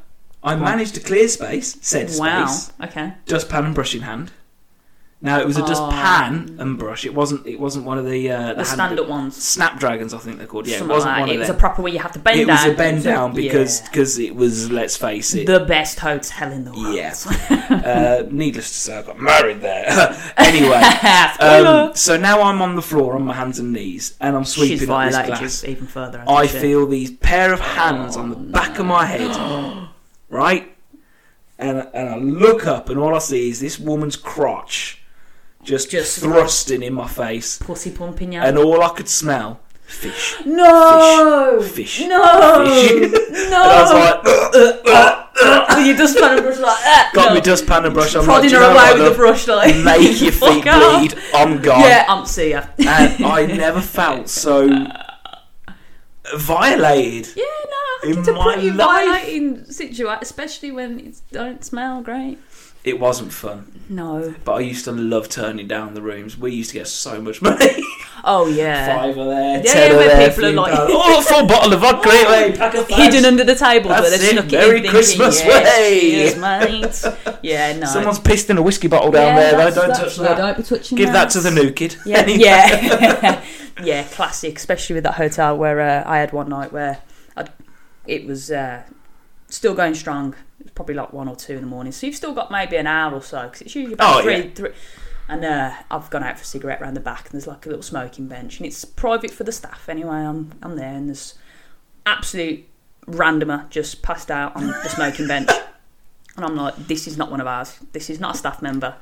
[SPEAKER 2] I managed to clear space, said
[SPEAKER 3] Wow.
[SPEAKER 2] space,
[SPEAKER 3] Okay.
[SPEAKER 2] dustpan and brush in hand. Now it was a dust
[SPEAKER 3] Oh.
[SPEAKER 2] pan and brush. It wasn't. It wasn't one of the uh,
[SPEAKER 3] The
[SPEAKER 2] hand-
[SPEAKER 3] stand-up ones.
[SPEAKER 2] snapdragons. I think they're called. Yeah, it
[SPEAKER 3] Something
[SPEAKER 2] wasn't
[SPEAKER 3] like that.
[SPEAKER 2] one
[SPEAKER 3] it
[SPEAKER 2] of
[SPEAKER 3] was a
[SPEAKER 2] them.
[SPEAKER 3] proper where you have to bend
[SPEAKER 2] it
[SPEAKER 3] down.
[SPEAKER 2] was a bend
[SPEAKER 3] So-
[SPEAKER 2] down because
[SPEAKER 3] Yeah.
[SPEAKER 2] because it was. Let's face it.
[SPEAKER 3] the best hotel in the world.
[SPEAKER 2] yeah. uh, needless to say, I got married there. anyway.
[SPEAKER 3] Spoiler.
[SPEAKER 2] Um, so now I'm on the floor on my hands and knees, and I'm sweeping
[SPEAKER 3] She's
[SPEAKER 2] up this
[SPEAKER 3] violated
[SPEAKER 2] glass.
[SPEAKER 3] you even further. hasn't
[SPEAKER 2] I
[SPEAKER 3] she?
[SPEAKER 2] feel these pair of hands on the
[SPEAKER 3] Oh,
[SPEAKER 2] back of my head, right? And, and I look up, and all I see is this woman's crotch just,
[SPEAKER 3] Just-
[SPEAKER 2] thrusting in my face,
[SPEAKER 3] pussy pumping you.
[SPEAKER 2] and all I could smell fish.
[SPEAKER 3] no,
[SPEAKER 2] Fish.
[SPEAKER 3] no,
[SPEAKER 2] Fish.
[SPEAKER 3] no.
[SPEAKER 2] And I was like,
[SPEAKER 3] you just trying to brush like that.
[SPEAKER 2] got
[SPEAKER 3] no.
[SPEAKER 2] me dustpan and brush. I'm like,
[SPEAKER 3] prodding
[SPEAKER 2] "Do you
[SPEAKER 3] her
[SPEAKER 2] know
[SPEAKER 3] away
[SPEAKER 2] what,
[SPEAKER 3] with the
[SPEAKER 2] love?
[SPEAKER 3] brush, like
[SPEAKER 2] Make your feet
[SPEAKER 3] fuck off."
[SPEAKER 2] bleed. I'm gone.
[SPEAKER 3] Yeah, I'm see ya. yeah,
[SPEAKER 2] And I never felt so violated.
[SPEAKER 3] no, I
[SPEAKER 2] In
[SPEAKER 3] think it's a
[SPEAKER 2] my
[SPEAKER 3] pretty
[SPEAKER 2] life.
[SPEAKER 3] violating situation, especially when it don't smell great.
[SPEAKER 2] It wasn't fun,
[SPEAKER 3] No.
[SPEAKER 2] but I used to love turning down the rooms. We used to get so much money.
[SPEAKER 3] Oh yeah.
[SPEAKER 2] Five are there,
[SPEAKER 3] Yeah,
[SPEAKER 2] ten
[SPEAKER 3] yeah,
[SPEAKER 2] are
[SPEAKER 3] where
[SPEAKER 2] there,
[SPEAKER 3] people are
[SPEAKER 2] few
[SPEAKER 3] like- Oh,
[SPEAKER 2] pounds. oh, full bottle of vodka, great way, pack of
[SPEAKER 3] Hidden
[SPEAKER 2] fags.
[SPEAKER 3] under the table, but
[SPEAKER 2] That's
[SPEAKER 3] they
[SPEAKER 2] it,
[SPEAKER 3] snuck it. in
[SPEAKER 2] Merry
[SPEAKER 3] thinking,
[SPEAKER 2] Christmas,
[SPEAKER 3] yes,
[SPEAKER 2] way."
[SPEAKER 3] Yes, mate. Yeah, no.
[SPEAKER 2] Someone's pissed in a whiskey bottle down
[SPEAKER 3] Yeah,
[SPEAKER 2] there,
[SPEAKER 3] that's-
[SPEAKER 2] though. Don't
[SPEAKER 3] that's-
[SPEAKER 2] touch
[SPEAKER 3] yeah,
[SPEAKER 2] that.
[SPEAKER 3] Don't be touching
[SPEAKER 2] Give that to the new kid.
[SPEAKER 3] Yeah,
[SPEAKER 2] Any-
[SPEAKER 3] yeah, yeah. Classic, especially with that hotel where uh, I had one night where i it was uh, still going strong. It was probably like one or two in the morning, so you've still got maybe an hour or so because it's usually
[SPEAKER 2] Oh,
[SPEAKER 3] about three,
[SPEAKER 2] yeah.
[SPEAKER 3] three. And uh, I've gone out for a cigarette round the back, and there's like a little smoking bench, and it's private for the staff anyway. I'm I'm there, and there's absolute randomer just passed out on the smoking bench. And I'm like, this is not one of ours. This is not a staff member.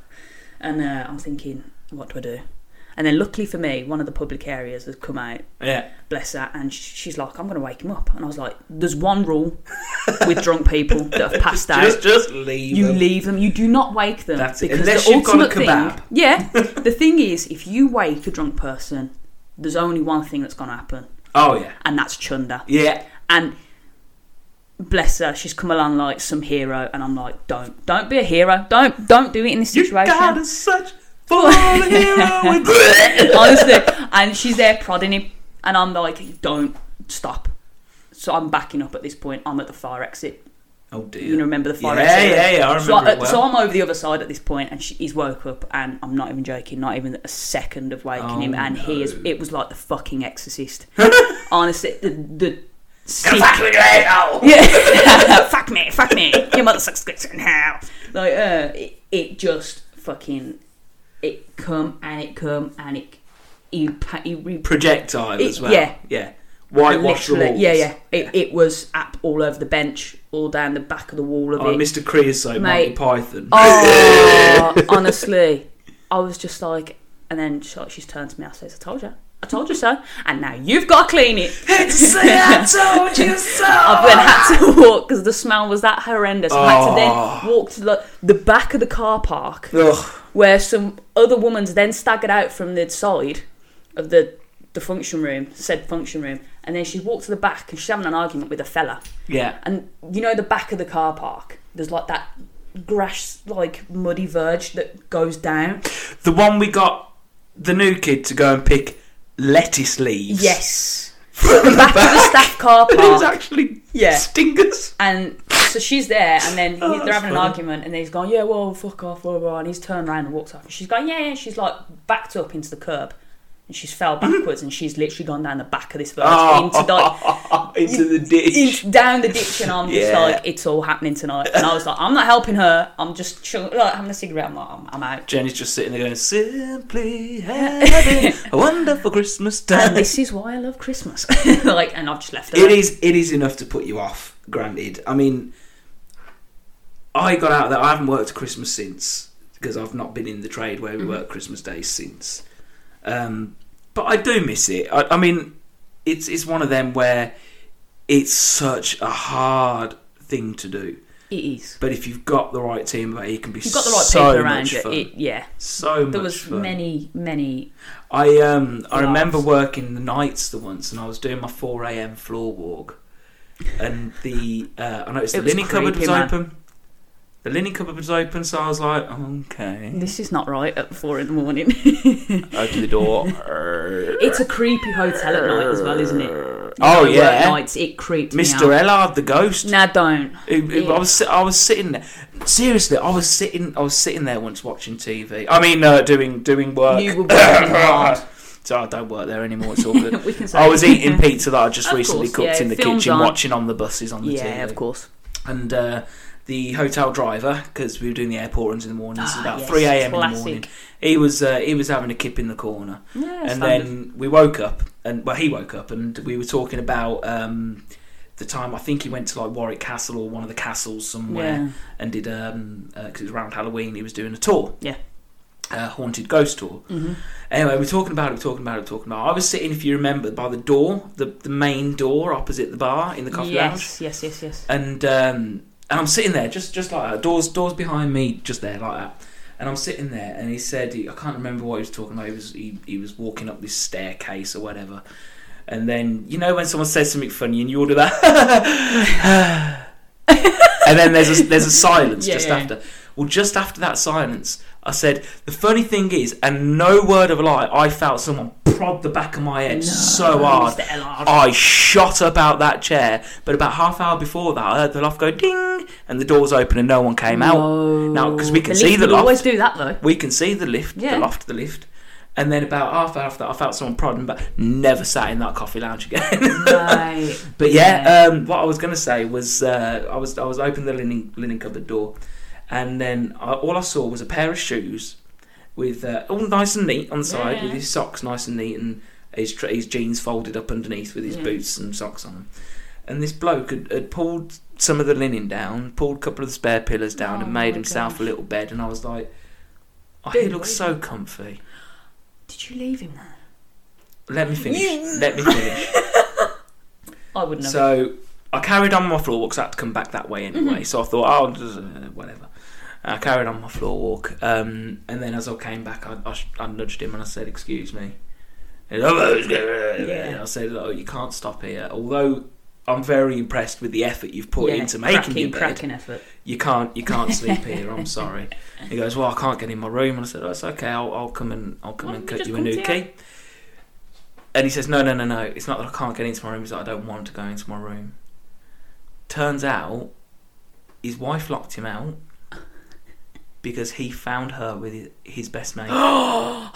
[SPEAKER 3] And uh, I'm thinking, what do I do? And then luckily for me, one of the public areas has come out,
[SPEAKER 2] Yeah.
[SPEAKER 3] bless her, and sh- she's like, I'm going to wake him up. And I was like, there's one rule with drunk people that have passed out.
[SPEAKER 2] Just, just leave.
[SPEAKER 3] you
[SPEAKER 2] them.
[SPEAKER 3] leave them. You do not wake them
[SPEAKER 2] That's it.
[SPEAKER 3] because
[SPEAKER 2] Unless
[SPEAKER 3] the
[SPEAKER 2] you've got a
[SPEAKER 3] ultimate
[SPEAKER 2] kebab.
[SPEAKER 3] thing. Yeah, the thing is, if you wake a drunk person, there's only one thing that's going to happen,
[SPEAKER 2] oh yeah,
[SPEAKER 3] and that's chunder.
[SPEAKER 2] yeah.
[SPEAKER 3] And bless her, she's come along like some hero, and I'm like, don't, don't be a hero. Don't, don't do it in this
[SPEAKER 2] You
[SPEAKER 3] situation.
[SPEAKER 2] got a such for the hero. with-
[SPEAKER 3] honestly. And she's there prodding him, and I'm like, don't stop. So I'm backing up at this point. I'm at the fire exit.
[SPEAKER 2] oh dear.
[SPEAKER 3] You remember the fire
[SPEAKER 2] Yeah,
[SPEAKER 3] exit?
[SPEAKER 2] yeah, yeah, I
[SPEAKER 3] So,
[SPEAKER 2] remember
[SPEAKER 3] I,
[SPEAKER 2] it well.
[SPEAKER 3] so I'm over the other side at this point, and she, he's woke up, and I'm not even joking, not even a second of waking
[SPEAKER 2] Oh,
[SPEAKER 3] him, and he is.
[SPEAKER 2] no.
[SPEAKER 3] It was like the fucking Exorcist. honestly, the the.
[SPEAKER 2] Get
[SPEAKER 3] sick-
[SPEAKER 2] back to the grave, owl.
[SPEAKER 3] yeah. fuck me, fuck me. Your mother sucks dicks in hell. Like, uh, it, it just fucking it come and it come and it you pa- you re-
[SPEAKER 2] Projectile
[SPEAKER 3] It-
[SPEAKER 2] as well.
[SPEAKER 3] yeah.
[SPEAKER 2] yeah. Whitewash the
[SPEAKER 3] literally-
[SPEAKER 2] walls.
[SPEAKER 3] yeah, yeah. It, it was up all over the bench, all down the back of the wall of
[SPEAKER 2] Oh,
[SPEAKER 3] it.
[SPEAKER 2] Mr. Creosote, Monty
[SPEAKER 3] Mate.
[SPEAKER 2] Python.
[SPEAKER 3] Oh, honestly, I was just like, and then she, she's turned to me. I says, "I told you, I told you so." And now you've got to clean it.
[SPEAKER 2] Say I told you so.
[SPEAKER 3] I've then had to walk because the smell was that horrendous. I had to
[SPEAKER 2] Oh.
[SPEAKER 3] then walk to the, the back of the car park
[SPEAKER 2] Ugh.
[SPEAKER 3] where some other woman's then staggered out from the side of the the function room, said function room, and then she walked to the back and she's having an argument with a fella.
[SPEAKER 2] Yeah.
[SPEAKER 3] And you know the back of the car park, there's like that grass like muddy verge that goes down.
[SPEAKER 2] The one we got the new kid to go and pick lettuce leaves.
[SPEAKER 3] Yes. From the back, of the staff car
[SPEAKER 2] It was
[SPEAKER 3] park.
[SPEAKER 2] actually
[SPEAKER 3] Yeah.
[SPEAKER 2] stingers.
[SPEAKER 3] And so she's there, and then he,
[SPEAKER 2] Oh,
[SPEAKER 3] they're
[SPEAKER 2] that's
[SPEAKER 3] having an
[SPEAKER 2] funny.
[SPEAKER 3] argument, and then he's going, "Yeah, well, fuck off, blah blah,", blah and he's turned around and walked off, and she's going, "Yeah," yeah," she's like backed up into the curb, and she's fell backwards, and she's literally gone down the back of this verge into the,
[SPEAKER 2] Ah. into the ditch.
[SPEAKER 3] in- down the ditch, and I'm just
[SPEAKER 2] Yeah.
[SPEAKER 3] like, it's all happening tonight. And I was like, I'm not helping her. I'm just chill- like, having a cigarette. I'm like, I'm, I'm out.
[SPEAKER 2] Jenny's just sitting there going, simply having a wonderful Christmas
[SPEAKER 3] And
[SPEAKER 2] time.
[SPEAKER 3] this is why I love Christmas. like, and I've just left her.
[SPEAKER 2] It is it is enough to put you off. Granted, I mean, I got out of there. I haven't worked Christmas since because I've not been in the trade where
[SPEAKER 3] Mm-hmm.
[SPEAKER 2] we work Christmas days since. Um, but I do miss it. I, I mean, it's it's one of them where it's such a hard thing to do.
[SPEAKER 3] It is.
[SPEAKER 2] But if you've got the right team, it can be
[SPEAKER 3] You've got the right
[SPEAKER 2] so
[SPEAKER 3] people around
[SPEAKER 2] much
[SPEAKER 3] you.
[SPEAKER 2] fun.
[SPEAKER 3] It, yeah.
[SPEAKER 2] so
[SPEAKER 3] There
[SPEAKER 2] much
[SPEAKER 3] was
[SPEAKER 2] fun.
[SPEAKER 3] many, many.
[SPEAKER 2] I um I
[SPEAKER 3] Laughs.
[SPEAKER 2] remember working the nights the once, and I was doing my four a.m. floor walk, and the uh, I noticed
[SPEAKER 3] It
[SPEAKER 2] the
[SPEAKER 3] was
[SPEAKER 2] linen cupboard was
[SPEAKER 3] creepy, man.
[SPEAKER 2] open. The linen cupboard was open, so I was like, okay,
[SPEAKER 3] This is not right at four in the morning.
[SPEAKER 2] open the door.
[SPEAKER 3] it's a creepy hotel at night as well, isn't it?
[SPEAKER 2] oh
[SPEAKER 3] When I work
[SPEAKER 2] yeah,
[SPEAKER 3] nights it creeped me
[SPEAKER 2] Mr.
[SPEAKER 3] out.
[SPEAKER 2] Ellard the ghost.
[SPEAKER 3] Nah, don't.
[SPEAKER 2] Who- who-
[SPEAKER 3] Yeah.
[SPEAKER 2] I was si- I was sitting there. Seriously, I was sitting I was sitting there once watching TV. I mean, uh, doing doing work.
[SPEAKER 3] You were working hard.
[SPEAKER 2] so I don't work there anymore. It's all good.
[SPEAKER 3] We can say
[SPEAKER 2] I was eating pizza that I just
[SPEAKER 3] Of
[SPEAKER 2] recently
[SPEAKER 3] course,
[SPEAKER 2] cooked
[SPEAKER 3] yeah,
[SPEAKER 2] in the
[SPEAKER 3] films
[SPEAKER 2] kitchen,
[SPEAKER 3] aren't-
[SPEAKER 2] watching on the buses on the TV.
[SPEAKER 3] Yeah, of course.
[SPEAKER 2] And uh, the hotel driver, because we were doing the airport runs in the morning, it's
[SPEAKER 3] Ah,
[SPEAKER 2] about
[SPEAKER 3] yes,
[SPEAKER 2] three a.m. in the
[SPEAKER 3] classic.
[SPEAKER 2] morning. He was uh, he was having a kip in the corner,
[SPEAKER 3] Yeah,
[SPEAKER 2] and
[SPEAKER 3] standard.
[SPEAKER 2] then we woke up, and well, he woke up, and we were talking about um, the time I think he went to like Warwick Castle or one of the castles somewhere,
[SPEAKER 3] yeah.
[SPEAKER 2] and did um because it was around Halloween, he was doing a tour.
[SPEAKER 3] Yeah.
[SPEAKER 2] Uh, haunted ghost tour.
[SPEAKER 3] Mhm.
[SPEAKER 2] Anyway, we're talking about it, we're talking about it, we're talking about it. I was sitting, if you remember, by the door, the, the main door opposite the bar in the coffee lounge,
[SPEAKER 3] yes, yes, yes, yes.
[SPEAKER 2] and um, and I'm sitting there just just like that. Doors doors behind me, just there like that. And I'm sitting there, and he said, I can't remember what he was talking about. He was he, he was walking up this staircase or whatever. And then you know when someone says something funny, and you all do that, and then there's a, there's a silence
[SPEAKER 3] Yeah,
[SPEAKER 2] just
[SPEAKER 3] yeah.
[SPEAKER 2] after. Well, just after that silence, I said, the funny thing is, and no word of a lie, I felt someone prod the back of my head so hard.
[SPEAKER 3] Mr. Ellard.
[SPEAKER 2] I shot up out that chair, but about half hour before that, I heard the loft go ding, and the doors open, and no one came out. Now, 'cause we can
[SPEAKER 3] the
[SPEAKER 2] see
[SPEAKER 3] lift
[SPEAKER 2] the
[SPEAKER 3] would always
[SPEAKER 2] loft.
[SPEAKER 3] do that though.
[SPEAKER 2] We can see the lift,
[SPEAKER 3] Yeah.
[SPEAKER 2] the loft, the lift, and then about half hour after that, I felt someone prodding, but never sat in that coffee lounge again.
[SPEAKER 3] right.
[SPEAKER 2] but yeah, um, what I was gonna say was, uh, I was I was opening the linen linen cupboard door, and then I, all I saw was a pair of shoes with uh, all nice and neat on the side,
[SPEAKER 3] Yeah.
[SPEAKER 2] with his socks nice and neat, and his tr- his jeans folded up underneath with his
[SPEAKER 3] Yeah.
[SPEAKER 2] boots and socks on them. And this bloke had, had pulled some of the linen down, pulled a couple of the spare pillars down,
[SPEAKER 3] Oh
[SPEAKER 2] and made
[SPEAKER 3] my
[SPEAKER 2] himself
[SPEAKER 3] gosh.
[SPEAKER 2] a little bed. And I was like, oh, he
[SPEAKER 3] Dude,
[SPEAKER 2] looks
[SPEAKER 3] what
[SPEAKER 2] so comfy.
[SPEAKER 3] Did you leave him there?
[SPEAKER 2] Let me finish. Let me finish.
[SPEAKER 3] I wouldn't have.
[SPEAKER 2] So I carried on my floor walk 'cause I had to come back that way anyway.
[SPEAKER 3] Mm-hmm.
[SPEAKER 2] So I thought, oh, just, uh, whatever. And I carried on my floor walk, um, and then as I came back, I, I, sh- I nudged him and I said, "Excuse me." "Oh, And
[SPEAKER 3] Yeah.
[SPEAKER 2] I said, "Oh, you can't stop here." Although I'm very impressed with the effort you've put
[SPEAKER 3] yeah,
[SPEAKER 2] into making
[SPEAKER 3] cracking,
[SPEAKER 2] your bed.
[SPEAKER 3] cracking effort.
[SPEAKER 2] You can't, you can't sleep here. I'm sorry. He goes, "Well, I can't get in my room," and I said, "Oh, "It's okay. I'll, I'll come and I'll come
[SPEAKER 3] Why
[SPEAKER 2] and
[SPEAKER 3] don't
[SPEAKER 2] cut
[SPEAKER 3] you
[SPEAKER 2] you a
[SPEAKER 3] just
[SPEAKER 2] new
[SPEAKER 3] come to
[SPEAKER 2] key." And he says, "No, no, no, no. It's not that I can't get into my room. It's that I don't want to go into my room." Turns out, his wife locked him out because he found her with his- his best mate. it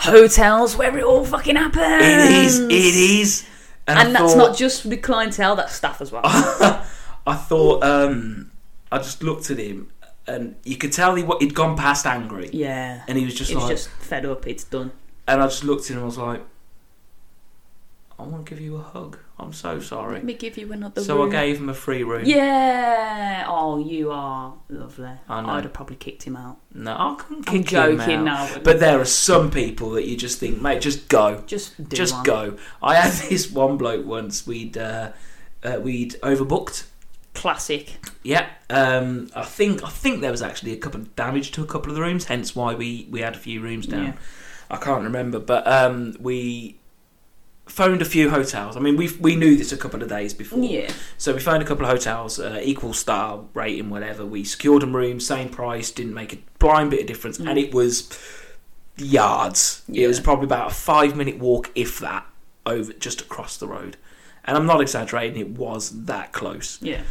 [SPEAKER 3] Hotels where it all fucking happens.
[SPEAKER 2] is, it is,
[SPEAKER 3] And,
[SPEAKER 2] I
[SPEAKER 3] that's
[SPEAKER 2] thought-
[SPEAKER 3] not just the clientele, that's staff as well.
[SPEAKER 2] I thought, um, I just looked at him, and you could tell he wa- he'd gone past angry,
[SPEAKER 3] yeah.
[SPEAKER 2] and he was just
[SPEAKER 3] It's
[SPEAKER 2] like,
[SPEAKER 3] just fed up, it's done.
[SPEAKER 2] And I just looked at him and was like, I want to give you a hug. I'm so sorry.
[SPEAKER 3] Let me give you another
[SPEAKER 2] So I
[SPEAKER 3] room.
[SPEAKER 2] gave him a free room.
[SPEAKER 3] Yeah. Oh, you are lovely.
[SPEAKER 2] I know.
[SPEAKER 3] I'd have probably kicked him out.
[SPEAKER 2] No, I can
[SPEAKER 3] I'm
[SPEAKER 2] kick him
[SPEAKER 3] joking
[SPEAKER 2] out.
[SPEAKER 3] now.
[SPEAKER 2] But there are some people that you just think, mate, just go.
[SPEAKER 3] just do
[SPEAKER 2] just
[SPEAKER 3] one.
[SPEAKER 2] go. I had this one bloke once. We'd uh, uh, we'd overbooked.
[SPEAKER 3] Classic.
[SPEAKER 2] Yeah. Um, I think I think there was actually a couple of damage to a couple of the rooms, hence why we we had a few rooms down.
[SPEAKER 3] Yeah.
[SPEAKER 2] I can't remember, but um, we phoned a few hotels. I mean, we we knew this a couple of days before.
[SPEAKER 3] Yeah.
[SPEAKER 2] So we found a couple of hotels, uh, equal star rating, whatever. We secured them rooms, same price, didn't make a blind bit of difference, and it was yards. It was
[SPEAKER 3] Mm. Yeah.
[SPEAKER 2] probably about a five minute walk, if that, over just across the road. And I'm not exaggerating; it was that close.
[SPEAKER 3] Yeah.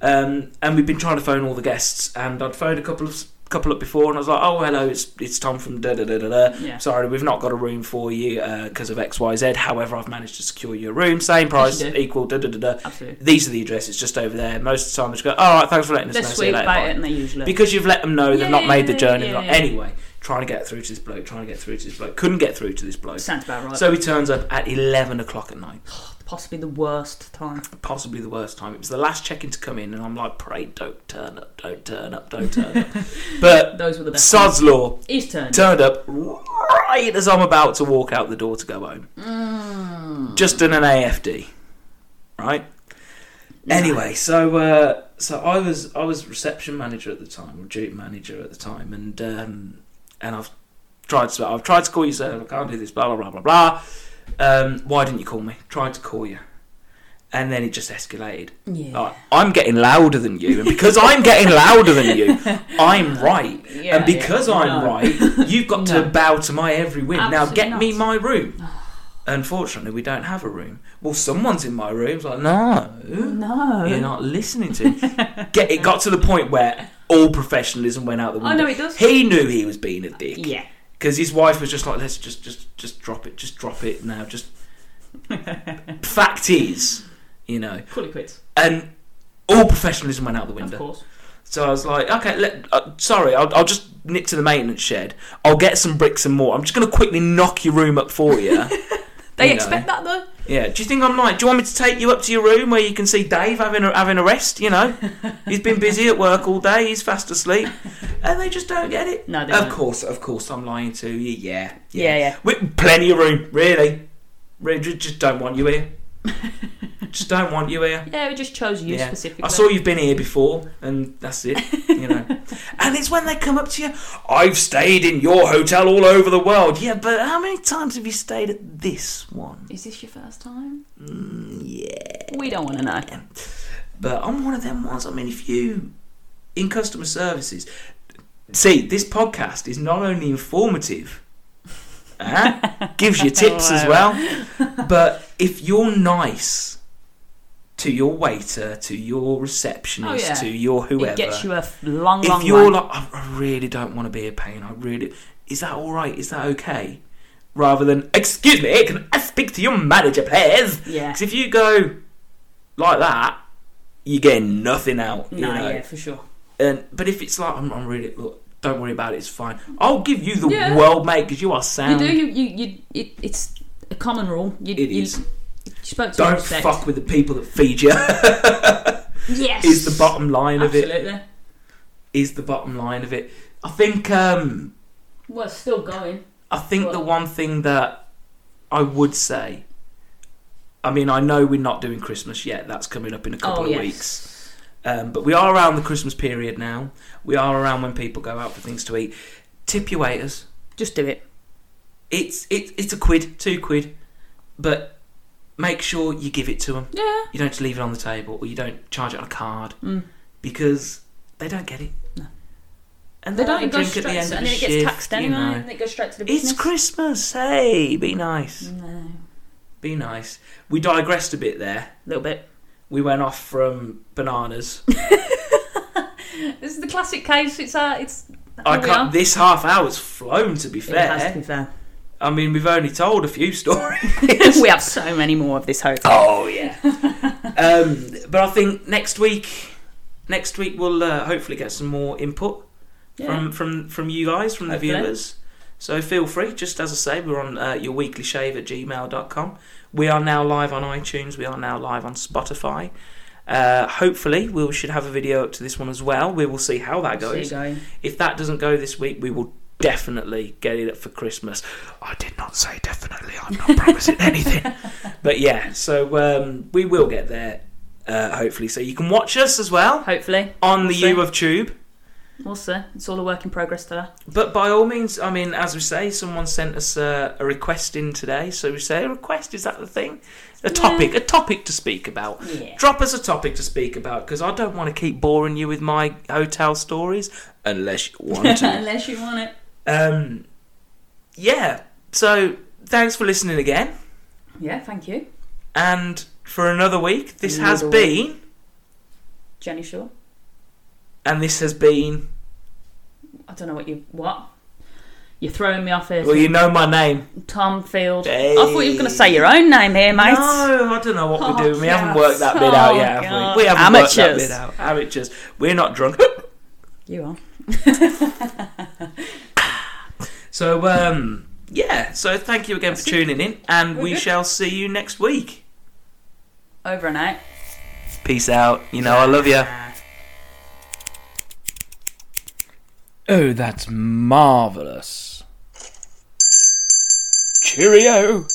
[SPEAKER 2] Um, and we've been trying to phone all the guests, and I'd phoned a couple of couple up before, and I was like, "Oh, hello, it's it's Tom from da da da da da."
[SPEAKER 3] Yeah.
[SPEAKER 2] Sorry, we've not got a room for you because of X Y Z. However, I've managed to secure your room, same price,
[SPEAKER 3] do.
[SPEAKER 2] equal da da da da.
[SPEAKER 3] Absolutely.
[SPEAKER 2] These are the addresses just over there. Most of the time, they just go, "All right, thanks for letting us
[SPEAKER 3] They're
[SPEAKER 2] know."
[SPEAKER 3] sweet
[SPEAKER 2] See you later.
[SPEAKER 3] about
[SPEAKER 2] Bye.
[SPEAKER 3] it, and they usually.
[SPEAKER 2] Because you've let them know they've
[SPEAKER 3] Yeah,
[SPEAKER 2] not made the
[SPEAKER 3] yeah,
[SPEAKER 2] journey.
[SPEAKER 3] yeah,
[SPEAKER 2] they're like,
[SPEAKER 3] yeah.
[SPEAKER 2] Anyway, trying to get through to this bloke, trying to get through to this bloke, couldn't get through to this bloke.
[SPEAKER 3] Sounds about right.
[SPEAKER 2] So he turns up at eleven o'clock at night.
[SPEAKER 3] possibly the worst time.
[SPEAKER 2] possibly the worst time. It was the last check-in to come in, and I'm like, pray, don't turn up, don't turn up, don't turn up. but
[SPEAKER 3] Those were the best.
[SPEAKER 2] Sod's Law
[SPEAKER 3] times. His turn.
[SPEAKER 2] turned up right as I'm about to walk out the door to go home.
[SPEAKER 3] Mm.
[SPEAKER 2] Just done an AFD, right? Anyway, so uh, so I was I was reception manager at the time, or duty manager at the time, and um, and I've tried to I've tried to call you, sir. I can't do this. Blah blah blah blah blah. Um, why didn't you call me? Tried to call you, and then it just escalated.
[SPEAKER 3] Yeah.
[SPEAKER 2] Like, I'm getting louder than you, and because I'm getting louder than you, I'm right.
[SPEAKER 3] Yeah,
[SPEAKER 2] and because
[SPEAKER 3] yeah.
[SPEAKER 2] I'm
[SPEAKER 3] No.
[SPEAKER 2] right, you've got
[SPEAKER 3] No.
[SPEAKER 2] to bow to my every whim. now
[SPEAKER 3] Absolutely
[SPEAKER 2] get me
[SPEAKER 3] not.
[SPEAKER 2] my room. Unfortunately, we don't have a room. Well, someone's in my room. It's like, no,
[SPEAKER 3] No.
[SPEAKER 2] you're not listening to. me." Get it got to the point where all professionalism went out the
[SPEAKER 3] I
[SPEAKER 2] window.
[SPEAKER 3] know it does.
[SPEAKER 2] Oh,
[SPEAKER 3] Uh,
[SPEAKER 2] He knew he was being a dick
[SPEAKER 3] Yeah.
[SPEAKER 2] because his wife was just like, let's just just just drop it, just drop it now. Just fact is, you know,
[SPEAKER 3] Call it quits.
[SPEAKER 2] and all professionalism went out the
[SPEAKER 3] Of
[SPEAKER 2] window.
[SPEAKER 3] course.
[SPEAKER 2] So I was like, okay, let, uh, sorry, I'll, I'll just nip to the maintenance shed. I'll get some bricks and mortar. I'm just going to quickly knock your room up for you.
[SPEAKER 3] They
[SPEAKER 2] You know.
[SPEAKER 3] expect that though.
[SPEAKER 2] yeah. Do you think I'm like? Do you want me to take you up to your room where you can see Dave having a, having a rest? You know, he's been busy at work all day. He's fast asleep, and they just don't get it.
[SPEAKER 3] No, they
[SPEAKER 2] of
[SPEAKER 3] don't.
[SPEAKER 2] course, of course, I'm lying to you. Yeah,
[SPEAKER 3] Yeah, yeah.
[SPEAKER 2] We, plenty of room, really. Really, ju- just don't want you here. just don't want you here.
[SPEAKER 3] Yeah, we just chose you
[SPEAKER 2] Yeah.
[SPEAKER 3] specifically.
[SPEAKER 2] I saw you've been here before, and that's it, you know. and it's when they come up to you, I've stayed in your hotel all over the world. Yeah, but how many times have you stayed at this one?
[SPEAKER 3] Is this your first time?
[SPEAKER 2] Mm, yeah.
[SPEAKER 3] We don't want to know.
[SPEAKER 2] But I'm one of them ones. I mean, if you, in customer services, see, this podcast is not only informative, huh? gives you tips as well, but if you're nice to your waiter, to your receptionist,
[SPEAKER 3] Oh, yeah.
[SPEAKER 2] to your whoever,
[SPEAKER 3] It gets you a f- long, long
[SPEAKER 2] if you're
[SPEAKER 3] way.
[SPEAKER 2] like, I I really don't want to be a pain. I really, is that all right? Is that okay? Rather than, excuse me, can I speak to your manager, please?
[SPEAKER 3] yeah.
[SPEAKER 2] 'Cause if you go like that, you get nothing out. You
[SPEAKER 3] No,
[SPEAKER 2] know?
[SPEAKER 3] yeah, for sure.
[SPEAKER 2] And but if it's like, I'm, I'm really look, don't worry about it. It's fine. I'll give you the
[SPEAKER 3] Yeah.
[SPEAKER 2] world, mate, because you are sound.
[SPEAKER 3] you do. You, you, you it, it's a common rule. You,
[SPEAKER 2] It
[SPEAKER 3] you,
[SPEAKER 2] is.
[SPEAKER 3] You spoke to
[SPEAKER 2] Don't
[SPEAKER 3] respect.
[SPEAKER 2] fuck with the people that feed you.
[SPEAKER 3] Yes.
[SPEAKER 2] is the bottom line of it.
[SPEAKER 3] Absolutely.
[SPEAKER 2] Is the bottom line of it. I think. um
[SPEAKER 3] Well, it's still going.
[SPEAKER 2] I think the
[SPEAKER 3] Well-
[SPEAKER 2] one thing that I would say, I mean, I know we're not doing Christmas yet. That's coming up in a couple
[SPEAKER 3] oh
[SPEAKER 2] of
[SPEAKER 3] yes.
[SPEAKER 2] weeks. Um, but we are around the Christmas period now. We are around when people go out for things to eat. Tip your waiters.
[SPEAKER 3] Just do it.
[SPEAKER 2] It's it, it's a quid, two quid, but make sure you give it to them.
[SPEAKER 3] Yeah.
[SPEAKER 2] You don't just leave it on the table, or you don't charge it on a card
[SPEAKER 3] Mm.
[SPEAKER 2] because they don't get it.
[SPEAKER 3] No.
[SPEAKER 2] And
[SPEAKER 3] They don't
[SPEAKER 2] have a
[SPEAKER 3] go
[SPEAKER 2] drink at
[SPEAKER 3] straight,
[SPEAKER 2] the end of
[SPEAKER 3] and
[SPEAKER 2] the
[SPEAKER 3] then it
[SPEAKER 2] shift,
[SPEAKER 3] gets taxed
[SPEAKER 2] you
[SPEAKER 3] anyway,
[SPEAKER 2] know.
[SPEAKER 3] and it goes straight to the
[SPEAKER 2] It's
[SPEAKER 3] business.
[SPEAKER 2] Christmas. Hey, be nice.
[SPEAKER 3] No,
[SPEAKER 2] Be nice. We digressed a bit there.
[SPEAKER 3] a little bit.
[SPEAKER 2] We went off from bananas.
[SPEAKER 3] This is the classic case. It's uh, it's.
[SPEAKER 2] I
[SPEAKER 3] here we
[SPEAKER 2] can't.
[SPEAKER 3] are.
[SPEAKER 2] This half hour's flown. To be
[SPEAKER 3] It has to
[SPEAKER 2] fair,
[SPEAKER 3] be fair.
[SPEAKER 2] I mean, we've only told a few stories.
[SPEAKER 3] we have so many more of this hope.
[SPEAKER 2] oh yeah. um, but I think next week, next week we'll uh, hopefully get some more input
[SPEAKER 3] Yeah.
[SPEAKER 2] from from from you guys, from the
[SPEAKER 3] Hopefully.
[SPEAKER 2] viewers. So feel free. Just as I say, we're on uh, your weekly shave at gmail.com. We are now live on iTunes. We are now live on Spotify. Uh, hopefully, we should have a video up to this one as well. We will see how that
[SPEAKER 3] So you
[SPEAKER 2] goes.
[SPEAKER 3] go.
[SPEAKER 2] If that doesn't go this week, we will definitely get it up for Christmas. I did not say definitely. I'm not promising anything. But yeah, so um, we will get there. Uh, hopefully, so you can watch us as well
[SPEAKER 3] Hopefully,
[SPEAKER 2] on the
[SPEAKER 3] We'll see.
[SPEAKER 2] U of Tube.
[SPEAKER 3] we'll see. It's all a work in progress today.
[SPEAKER 2] But by all means, I mean, as we say, someone sent us uh, a, a request in today, so we say a request is that the thing, a topic, a topic to speak about.
[SPEAKER 3] Yeah.
[SPEAKER 2] Drop us a topic to speak about because I don't want to keep boring you with my hotel stories unless you want to.
[SPEAKER 3] Unless you want it.
[SPEAKER 2] Um, yeah. So thanks for listening again,
[SPEAKER 3] Yeah. Thank you,
[SPEAKER 2] and for another week. This has
[SPEAKER 3] Another
[SPEAKER 2] been,
[SPEAKER 3] Jenny Shaw.
[SPEAKER 2] and this has been
[SPEAKER 3] I don't know what you what. You're throwing me off here.
[SPEAKER 2] Well, you know my name.
[SPEAKER 3] Tom Field.
[SPEAKER 2] Hey.
[SPEAKER 3] I thought you were going to say your own name here, mate.
[SPEAKER 2] No, I don't know what we're
[SPEAKER 3] Oh,
[SPEAKER 2] doing. We haven't
[SPEAKER 3] yes.
[SPEAKER 2] worked that bit out
[SPEAKER 3] Oh,
[SPEAKER 2] yet, have
[SPEAKER 3] God.
[SPEAKER 2] we? We haven't worked that
[SPEAKER 3] Amateurs.
[SPEAKER 2] bit out. Amateurs. We're not drunk.
[SPEAKER 3] You are.
[SPEAKER 2] So, um, yeah. So, thank you again
[SPEAKER 3] That's
[SPEAKER 2] for
[SPEAKER 3] it.
[SPEAKER 2] tuning in, and
[SPEAKER 3] We're
[SPEAKER 2] we
[SPEAKER 3] good.
[SPEAKER 2] shall see you next week.
[SPEAKER 3] Over and out. Ah.
[SPEAKER 2] Peace out. You know, I love you. Oh, that's marvellous. Cheerio.